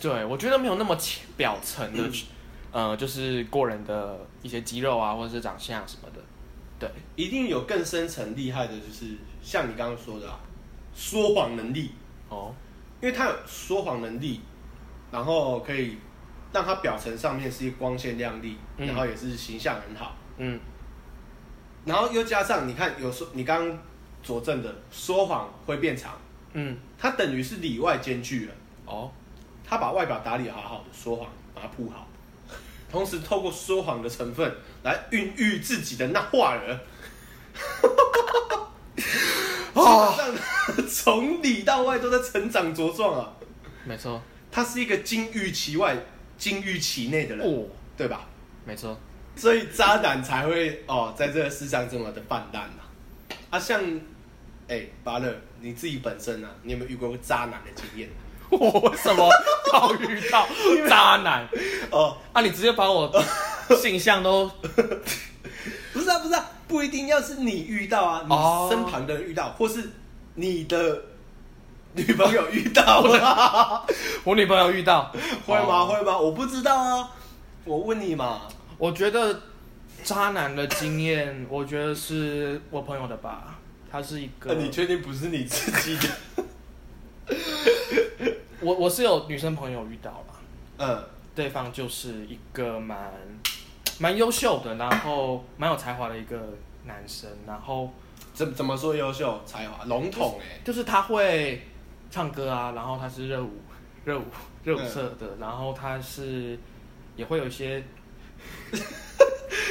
Speaker 2: 对我觉得没有那么浅表层的，呃，就是过人的一些肌肉啊，或者是长相什么的，对，
Speaker 1: 一定有更深层厉害的，就是像你刚刚说的、啊，说谎能力，
Speaker 2: 哦，
Speaker 1: 因为他有说谎能力，然后可以让他表层上面是光鲜亮丽，
Speaker 2: 嗯
Speaker 1: 然后也是形象很好，
Speaker 2: 嗯，
Speaker 1: 然后又加上你看，有说你刚刚佐证的说谎会变长，
Speaker 2: 嗯，
Speaker 1: 他等于是里外兼具了，
Speaker 2: 哦，
Speaker 1: 他把外表打理好好的，说谎把它铺好，同时透过说谎的成分来孕育自己的那话儿。
Speaker 2: 哦，
Speaker 1: 让他从里到外都在成长茁壮啊。
Speaker 2: 没错，
Speaker 1: 他是一个金玉其外、金玉其内的人，
Speaker 2: 哦，
Speaker 1: 对吧？
Speaker 2: 没错，
Speaker 1: 所以渣男才会哦，在这个世上这么的泛滥啊。啊，像哎、巴勒，你自己本身啊，你有没有遇过渣男的经验？
Speaker 2: 我为什么要遇到 渣男
Speaker 1: 哦，
Speaker 2: 啊？你直接把我性向 都
Speaker 1: 不是啊，不是啊，不一定要是你遇到啊，
Speaker 2: 哦
Speaker 1: 你身旁的人遇到，或是你的女朋友遇到了，
Speaker 2: 我女朋友遇到，
Speaker 1: 会吗？
Speaker 2: 哦
Speaker 1: 会吗？我不知道啊，我问你嘛。
Speaker 2: 我觉得渣男的经验，我觉得是我朋友的吧。他是一个，
Speaker 1: 呃你确定不是你自己 的？
Speaker 2: 我我是有女生朋友遇到了，
Speaker 1: 嗯，
Speaker 2: 对方就是一个蛮蛮优秀的，然后蛮有才华的一个男生，然后
Speaker 1: 怎怎么说优秀才华笼统哎、
Speaker 2: 就是他会唱歌啊，然后他是热舞热舞热舞社的，然后他是也会有一些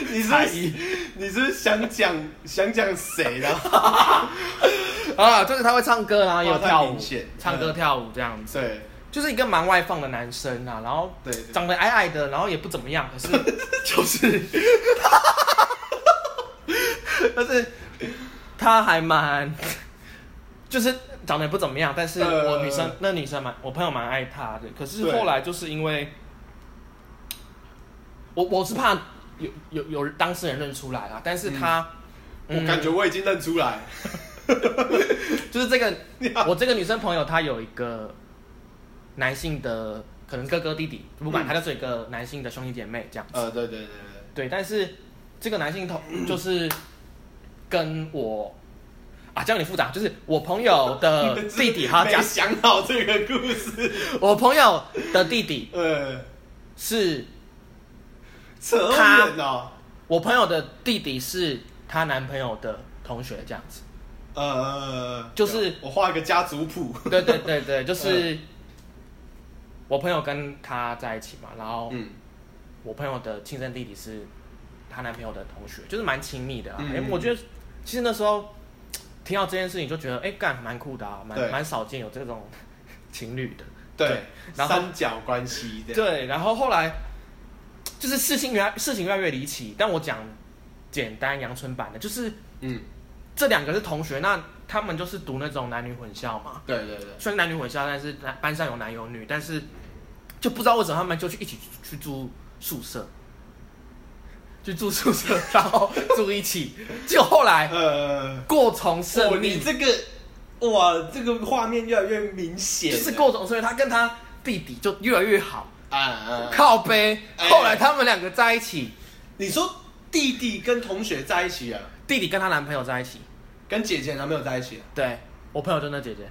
Speaker 1: 你是不
Speaker 2: 才
Speaker 1: 是
Speaker 2: 艺
Speaker 1: 你是不是想讲想讲谁的？
Speaker 2: 啊，就是他会唱歌，然后也有
Speaker 1: 哇太
Speaker 2: 跳舞
Speaker 1: 明显，
Speaker 2: 唱歌
Speaker 1: 嗯
Speaker 2: 跳舞这样子。
Speaker 1: 对，
Speaker 2: 就是一个蛮外放的男生啊，然后
Speaker 1: 对对
Speaker 2: 长得矮矮的，然后也不怎么样，可是就是，但是他还蛮， 就是长得也不怎么样，但是
Speaker 1: 呃
Speaker 2: 我女生、那女生蛮我朋友蛮爱他的，可是后来就是因为，我我是怕有有有当事人认出来啦，但是他、嗯
Speaker 1: 我感觉我已经认出来。
Speaker 2: 就是这个我这个女生朋友她有一个男性的可能哥哥弟弟，不管
Speaker 1: 嗯
Speaker 2: 他就是一个男性的兄弟姐妹这样。
Speaker 1: 呃，对对对对，
Speaker 2: 对，但是这个男性同就是跟我啊，这样有点复杂，就是我朋友
Speaker 1: 呃
Speaker 2: 的弟弟哈，
Speaker 1: 没
Speaker 2: 假
Speaker 1: 想好这个故事。
Speaker 2: 我朋友的弟弟
Speaker 1: 呃，
Speaker 2: 是
Speaker 1: 扯远哦。
Speaker 2: 我朋友的弟弟是她男朋友的同学这样子。
Speaker 1: 呃，
Speaker 2: 就是
Speaker 1: 我画一个家族谱。
Speaker 2: 对对对对，就是我朋友跟他在一起嘛，然后
Speaker 1: 嗯，
Speaker 2: 我朋友的亲生弟弟是她男朋友的同学，就是蛮亲密的啦。哎、
Speaker 1: 嗯
Speaker 2: 我觉得其实那时候听到这件事情就觉得，哎、干蛮酷的啊，蛮
Speaker 1: 对
Speaker 2: 蛮少见有这种 情侣的。
Speaker 1: 对，
Speaker 2: 然后
Speaker 1: 三角关系的。
Speaker 2: 对，然后后来就是事情越来事情越来越离奇，但我讲简单阳春版的，就是
Speaker 1: 嗯，
Speaker 2: 这两个是同学，那他们就是读那种男女混校嘛。
Speaker 1: 对对对，
Speaker 2: 虽然男女混校，但是男班上有男有女，但是就不知道为什么他们就去一起去住宿舍，去住宿舍，然后住一起，就后来
Speaker 1: 呃，
Speaker 2: 过从
Speaker 1: 哦
Speaker 2: 甚
Speaker 1: 你
Speaker 2: 密，
Speaker 1: 这个哇，这个画面越来越明显
Speaker 2: 就
Speaker 1: 了，
Speaker 2: 是过从甚密，他跟他弟弟就越来越好，
Speaker 1: 啊啊，啊
Speaker 2: 靠背，
Speaker 1: 哎
Speaker 2: 后来他们两个在一起，
Speaker 1: 你说弟弟跟同学在一起啊，
Speaker 2: 弟弟跟她男朋友在一起，
Speaker 1: 跟姐姐男朋友在一起、啊，
Speaker 2: 对我朋友就那姐姐，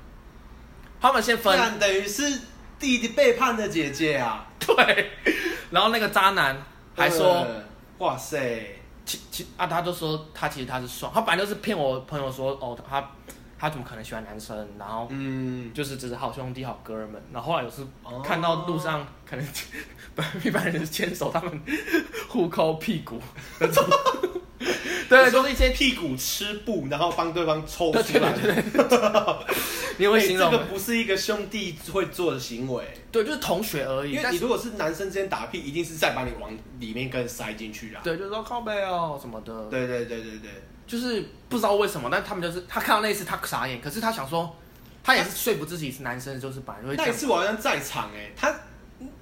Speaker 2: 他们先
Speaker 1: 不
Speaker 2: 分，
Speaker 1: 然等于是弟弟背叛了姐姐啊，
Speaker 2: 对，然后那个渣男还说。
Speaker 1: 呃哇塞，
Speaker 2: 其其啊，他就说他其实他是双，他本来就是骗我朋友说哦，他他怎么可能喜欢男生？然后
Speaker 1: 嗯，
Speaker 2: 就是只是好兄弟、好哥们。然后后来有时
Speaker 1: 哦
Speaker 2: 看到路上、可能 一般人是牵手，他们 互抠屁股那种。对，就是一些
Speaker 1: 屁股吃布，然后帮对方抽
Speaker 2: 对
Speaker 1: 出
Speaker 2: 对
Speaker 1: 来，
Speaker 2: 对对，你会
Speaker 1: 哎
Speaker 2: 形
Speaker 1: 这
Speaker 2: 容
Speaker 1: 个不是一个兄弟会做的行为，
Speaker 2: 对，就是同学而已。
Speaker 1: 因为
Speaker 2: 但
Speaker 1: 你
Speaker 2: 是
Speaker 1: 如果是男生之间打屁，一定是再把你往里面跟塞进去啦。
Speaker 2: 对，就是说靠背哦什么的，
Speaker 1: 对对对对对，
Speaker 2: 就是不知道为什么，但他们就是他看到那一次他傻眼，可是他想说。他也是说服自己是男生，就是本来就会这
Speaker 1: 那
Speaker 2: 样
Speaker 1: 一次我好像在场哎、她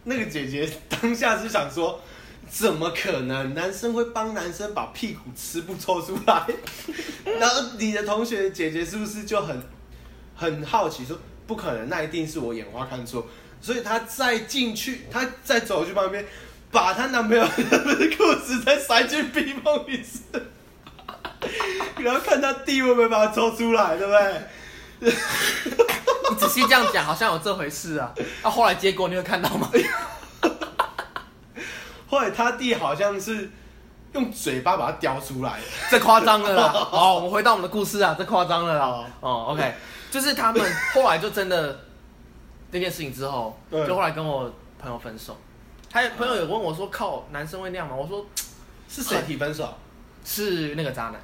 Speaker 1: 那个姐 姐当下是想说，怎么可能男生会帮男生把屁股吃不抽出来？ 然后你的同学姐姐是不是就很很好奇说，不可能，那一定是我眼花看错，所以她再进去，她再走去旁边。把她男朋友的裤子再塞进冰缝里吃， 然后看他弟会不会把它抽出来，对不对？
Speaker 2: 你仔细这样讲，好像有这回事啊。那、后来结果你有看到吗？
Speaker 1: 后来他弟好像是用嘴巴把它叼出来，
Speaker 2: 这夸张了啦！好，我们回到我们的故事啊，这夸张了啦。哦，OK，就是他们后来就真的那件事情之后，
Speaker 1: 对
Speaker 2: 就后来跟我朋友分手。还有朋友有问我说：“靠，男生会那样吗？”我说
Speaker 1: 是
Speaker 2: 哦
Speaker 1: 谁提分手？：“
Speaker 2: 是那个渣男，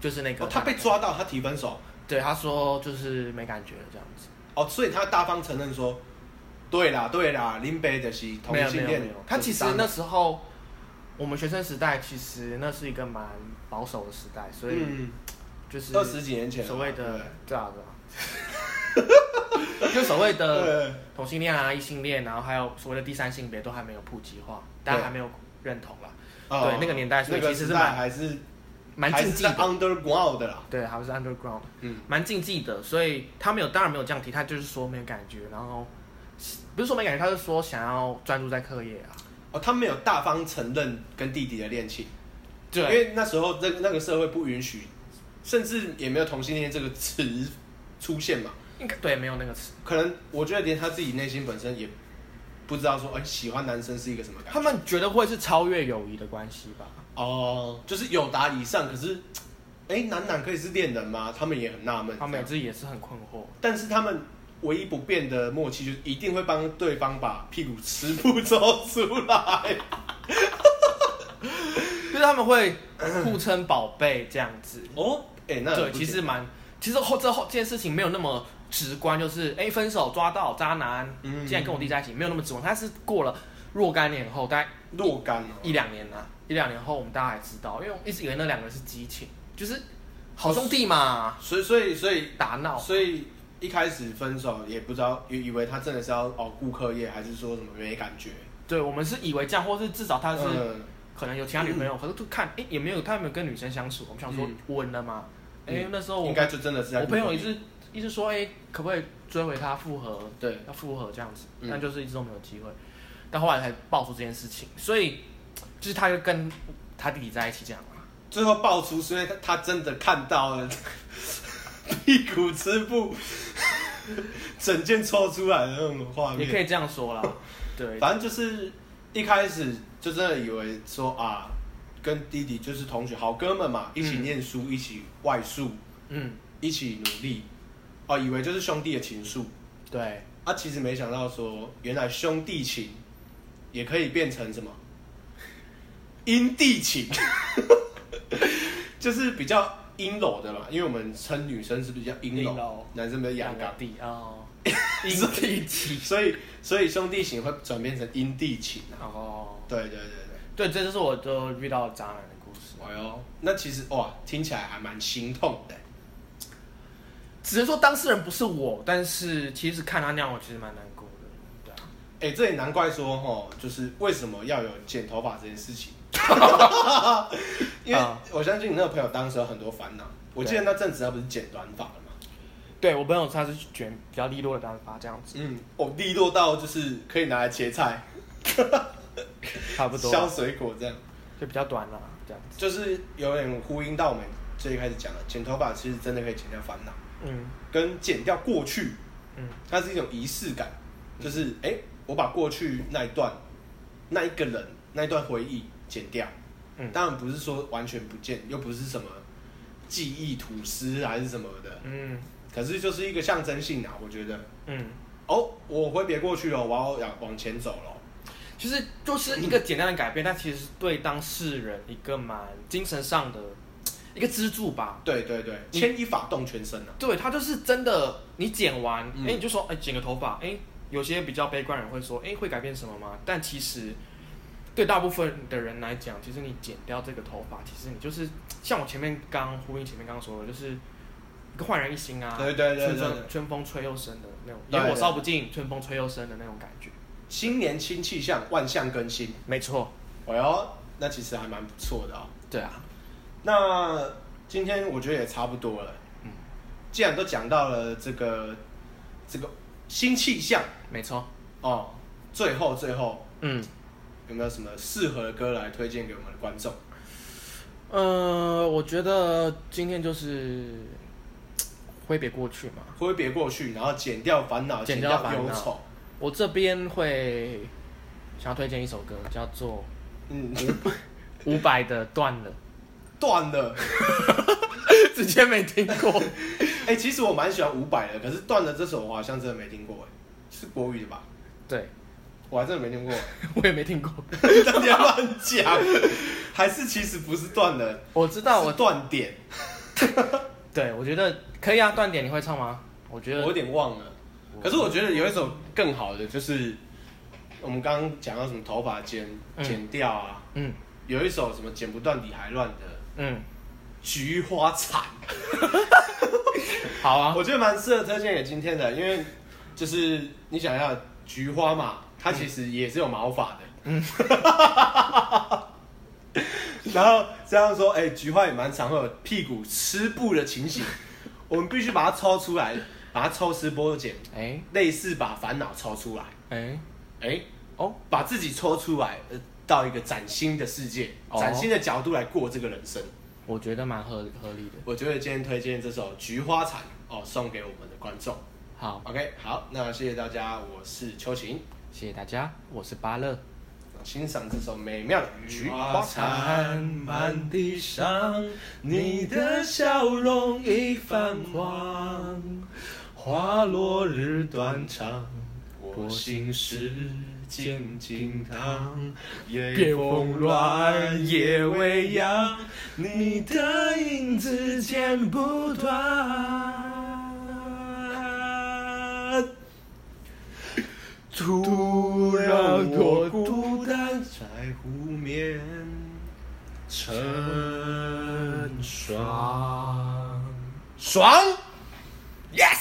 Speaker 2: 就是那个
Speaker 1: 哦，
Speaker 2: 渣
Speaker 1: 他
Speaker 2: 男、
Speaker 1: 被抓到，他提分手。
Speaker 2: 对，他说就是没感觉了这样子。
Speaker 1: 哦，所以他大方承认说，对啦对啦，林北的是同
Speaker 2: 没有没
Speaker 1: 性
Speaker 2: 有
Speaker 1: 恋
Speaker 2: 没有，。他其实那时候我们学生时代，其实那是一个蛮保守的时代，所以
Speaker 1: 嗯，
Speaker 2: 就是
Speaker 1: 二十几年前了
Speaker 2: 所谓的对啊对啊， 就所谓
Speaker 1: 对不对
Speaker 2: 的
Speaker 1: 对
Speaker 2: 同性恋啊、异性恋，然后还有所谓的第三性别都还没有普及化，大家还没有认同啦，
Speaker 1: 哦
Speaker 2: 对那个年代所
Speaker 1: 那
Speaker 2: 以
Speaker 1: 个
Speaker 2: 其实
Speaker 1: 时
Speaker 2: 是
Speaker 1: 代
Speaker 2: 蛮
Speaker 1: 还是
Speaker 2: 蛮
Speaker 1: 还
Speaker 2: 禁
Speaker 1: 是
Speaker 2: 忌
Speaker 1: 在
Speaker 2: 的。
Speaker 1: underground 的啦。
Speaker 2: 对，还是 underground，
Speaker 1: 嗯，
Speaker 2: 蛮禁忌的，所以他没有，当然没有这样提，他就是说没有感觉，然后不是说没感觉，他是说想要专注在课业啊。
Speaker 1: 哦，他没有大方承认跟弟弟的恋情，因
Speaker 2: 对，
Speaker 1: 为那时候那那个社会不允许，甚至也没有同性恋这个词出现嘛。
Speaker 2: 应该对没有那个词，
Speaker 1: 可能我觉得连他自己内心本身也不知道说，哎、喜欢男生是一个什么感觉。
Speaker 2: 他们觉得会是超越友谊的关系吧？
Speaker 1: 哦，就是有达以上，可是，哎、男男可以是恋人吗？他们也很纳闷。
Speaker 2: 他们也
Speaker 1: 这样
Speaker 2: 自己也是很困惑。
Speaker 1: 但是他们唯一不变的默契，就是一定会帮对方把屁股吃不抽出 来。
Speaker 2: 就是他们会互称宝贝这样子。
Speaker 1: 哦，哎、那
Speaker 2: 对，
Speaker 1: 不
Speaker 2: 其实
Speaker 1: 简单，
Speaker 2: 蛮，其实后这后这件事情没有那么直观，就是哎、分手抓到渣男，
Speaker 1: 嗯
Speaker 2: 竟然跟我弟在一起，没有那么直观。但是过了若干年后，大概
Speaker 1: 若干哦、
Speaker 2: 一两年啦、一两年后我们大家才知道，因为我一直以为那两个人是激情，就是好兄弟嘛，
Speaker 1: 所以所以所以
Speaker 2: 打闹。
Speaker 1: 所以一开始分手也不知道，以以为他真的是要哦顾客业，还是说什么没感觉？
Speaker 2: 对，我们是以为这样，或是至少他是
Speaker 1: 嗯
Speaker 2: 可能有其他女朋友，可是就看哎、也没有，他有没有跟女生相处？我们想说
Speaker 1: 嗯
Speaker 2: 稳了嘛，哎、
Speaker 1: 嗯
Speaker 2: 那时候我
Speaker 1: 应该就真的是啊嗯在
Speaker 2: 我
Speaker 1: 顾客
Speaker 2: 朋友
Speaker 1: 业
Speaker 2: 一直一直说哎、可不可以追回他复合？
Speaker 1: 对。
Speaker 2: 要复合这样子，
Speaker 1: 嗯
Speaker 2: 但就是一直都没有机会。但后来才爆出这件事情，所以就是他就跟他弟弟在一起这样嘛。
Speaker 1: 最后爆出是因为他他真的看到了屁股吃布，整件抽出来的那种画
Speaker 2: 也可
Speaker 1: 面。
Speaker 2: 以这样说啦。对，
Speaker 1: 反正就是一开始就真的以为说啊，跟弟弟就是同学好哥们嘛，一起念书，一起外宿，
Speaker 2: 嗯，
Speaker 1: 一起努力，哦、以为就是兄弟的情愫。
Speaker 2: 对，
Speaker 1: 啊，其实没想到说，原来兄弟情也可以变成什么阴地情， 就是比较阴柔的嘛。因为我们称女生是比较阴柔，
Speaker 2: 阴柔
Speaker 1: 男生比较
Speaker 2: 两
Speaker 1: 阳
Speaker 2: 个
Speaker 1: 刚，
Speaker 2: 弟哦，
Speaker 1: 阴地情，所以所以兄弟情会转变成阴地情啊。
Speaker 2: 哦，
Speaker 1: 对对对对，
Speaker 2: 对，这就是我就遇到的渣男的故事。
Speaker 1: 哎呦，那其实哇，听起来还蛮心痛的。
Speaker 2: 只能说当事人不是我，但是其实看他那样，我其实蛮难过的。对啊，
Speaker 1: 哎、这也难怪说哦，就是为什么要有剪头发这件事情， 因为
Speaker 2: 啊
Speaker 1: 我相信你那个朋友当时有很多烦恼。我记得那阵子他不是剪短发了嘛，
Speaker 2: 对我朋友他是卷比较利落的短发这样子，
Speaker 1: 嗯，哦，利落到就是可以拿来切菜、
Speaker 2: 差不多
Speaker 1: 削水果这样，
Speaker 2: 就比较短了这样子。
Speaker 1: 就是有点呼应到我们最一开始讲的，剪头发其实真的可以减掉烦恼，
Speaker 2: 嗯
Speaker 1: 跟减掉过去
Speaker 2: 嗯
Speaker 1: 它是一种仪式感，就是哎、诶我把过去那一段、那一个人、那一段回忆剪掉。
Speaker 2: 嗯
Speaker 1: 当然不是说完全不见，又不是什么记忆吐司还是什么的，
Speaker 2: 嗯
Speaker 1: 可是就是一个象征性啊，我觉得。
Speaker 2: 嗯，
Speaker 1: 哦，我挥别过去哦了，我要往往前走了。
Speaker 2: 其实就是一个简单的改变，但其实是对当事人一个蛮精神上的一个支柱吧。
Speaker 1: 对对对，
Speaker 2: 你
Speaker 1: 牵一发动全身啊。
Speaker 2: 对他就是真的，你剪完，哎、
Speaker 1: 嗯
Speaker 2: 你就说，哎、剪个头发，哎、有些比较悲观的人会说，哎、会改变什么吗？但其实对大部分的人来讲，其实你剪掉这个头发，其实你就是像我前面刚呼应前面刚说的，就是一个焕然一新啊，
Speaker 1: 对对对对
Speaker 2: 春风
Speaker 1: 对
Speaker 2: 春风吹又生的那种，
Speaker 1: 对
Speaker 2: 野火
Speaker 1: 对
Speaker 2: 烧不尽，春风吹又生的那种感觉。
Speaker 1: 新年新气象，万象更新。
Speaker 2: 没错，
Speaker 1: 哎呦，那其实还蛮不错的哦。
Speaker 2: 对啊，
Speaker 1: 那今天我觉得也差不多了。
Speaker 2: 嗯
Speaker 1: 既然都讲到了这个这个新气象
Speaker 2: 没错，
Speaker 1: 哦，最后最后
Speaker 2: 嗯。
Speaker 1: 有没有什么适合的歌来推荐给我们的观众？
Speaker 2: 呃，我觉得今天就是挥别过去嘛。
Speaker 1: 挥别过去，然后减掉烦恼，
Speaker 2: 减
Speaker 1: 减
Speaker 2: 掉
Speaker 1: 掉
Speaker 2: 烦恼
Speaker 1: 忧愁。
Speaker 2: 我这边会想要推荐一首歌，叫做
Speaker 1: 嗯，
Speaker 2: 伍佰的《断了
Speaker 1: 断了。》，
Speaker 2: 直接没听过。
Speaker 1: 哎、其实我蛮喜欢伍佰的，可是断了这首我好像真的没听过，哎，是国语的吧？
Speaker 2: 对，
Speaker 1: 我还真的没听过，
Speaker 2: 我也没听过。
Speaker 1: 大家乱讲。还是其实不是断了，
Speaker 2: 我知道
Speaker 1: 是
Speaker 2: 我，
Speaker 1: 断点，
Speaker 2: 对我觉得可以啊。断点你会唱吗？我觉
Speaker 1: 我有
Speaker 2: 得
Speaker 1: 点忘了。可是我觉得有一首更好的，就是我们刚刚讲到什么头发剪
Speaker 2: 嗯
Speaker 1: 剪掉啊，
Speaker 2: 嗯
Speaker 1: 有一首什么剪不断理还乱的
Speaker 2: 嗯，
Speaker 1: 《菊花残》。
Speaker 2: 好啊。
Speaker 1: 我觉得蛮适合推荐给今天的，因为就是你想要菊花嘛，它其实也是有毛发的。嗯。 然后这样说，哎、菊花也蛮常会有屁股吃布的 情形，我们必须把它抽出来，把它抽丝剥茧，
Speaker 2: 哎
Speaker 1: 类似把烦恼抽出来，
Speaker 2: 哎
Speaker 1: 哎、
Speaker 2: 哦，
Speaker 1: 把自己抽出来，呃，到一个崭新的世界、
Speaker 2: 哦
Speaker 1: 崭新的角度来过这个人生。
Speaker 2: 我觉得蛮合合理的。
Speaker 1: 我觉得今天推荐这首《菊花残》哦，送给我们的观众。
Speaker 2: 好，
Speaker 1: OK，好，那谢谢大家，我是秋晴，
Speaker 2: 谢谢大家，我是巴乐。
Speaker 1: 欣赏这首美妙的《菊花
Speaker 3: 花
Speaker 1: 残
Speaker 3: 残》。满地伤，你的笑容已泛黄，花落日断肠，我心事静静躺，夜风乱，夜未央，你的影子剪不断。突然我孤单在湖面成双，
Speaker 1: 爽
Speaker 2: ，yes。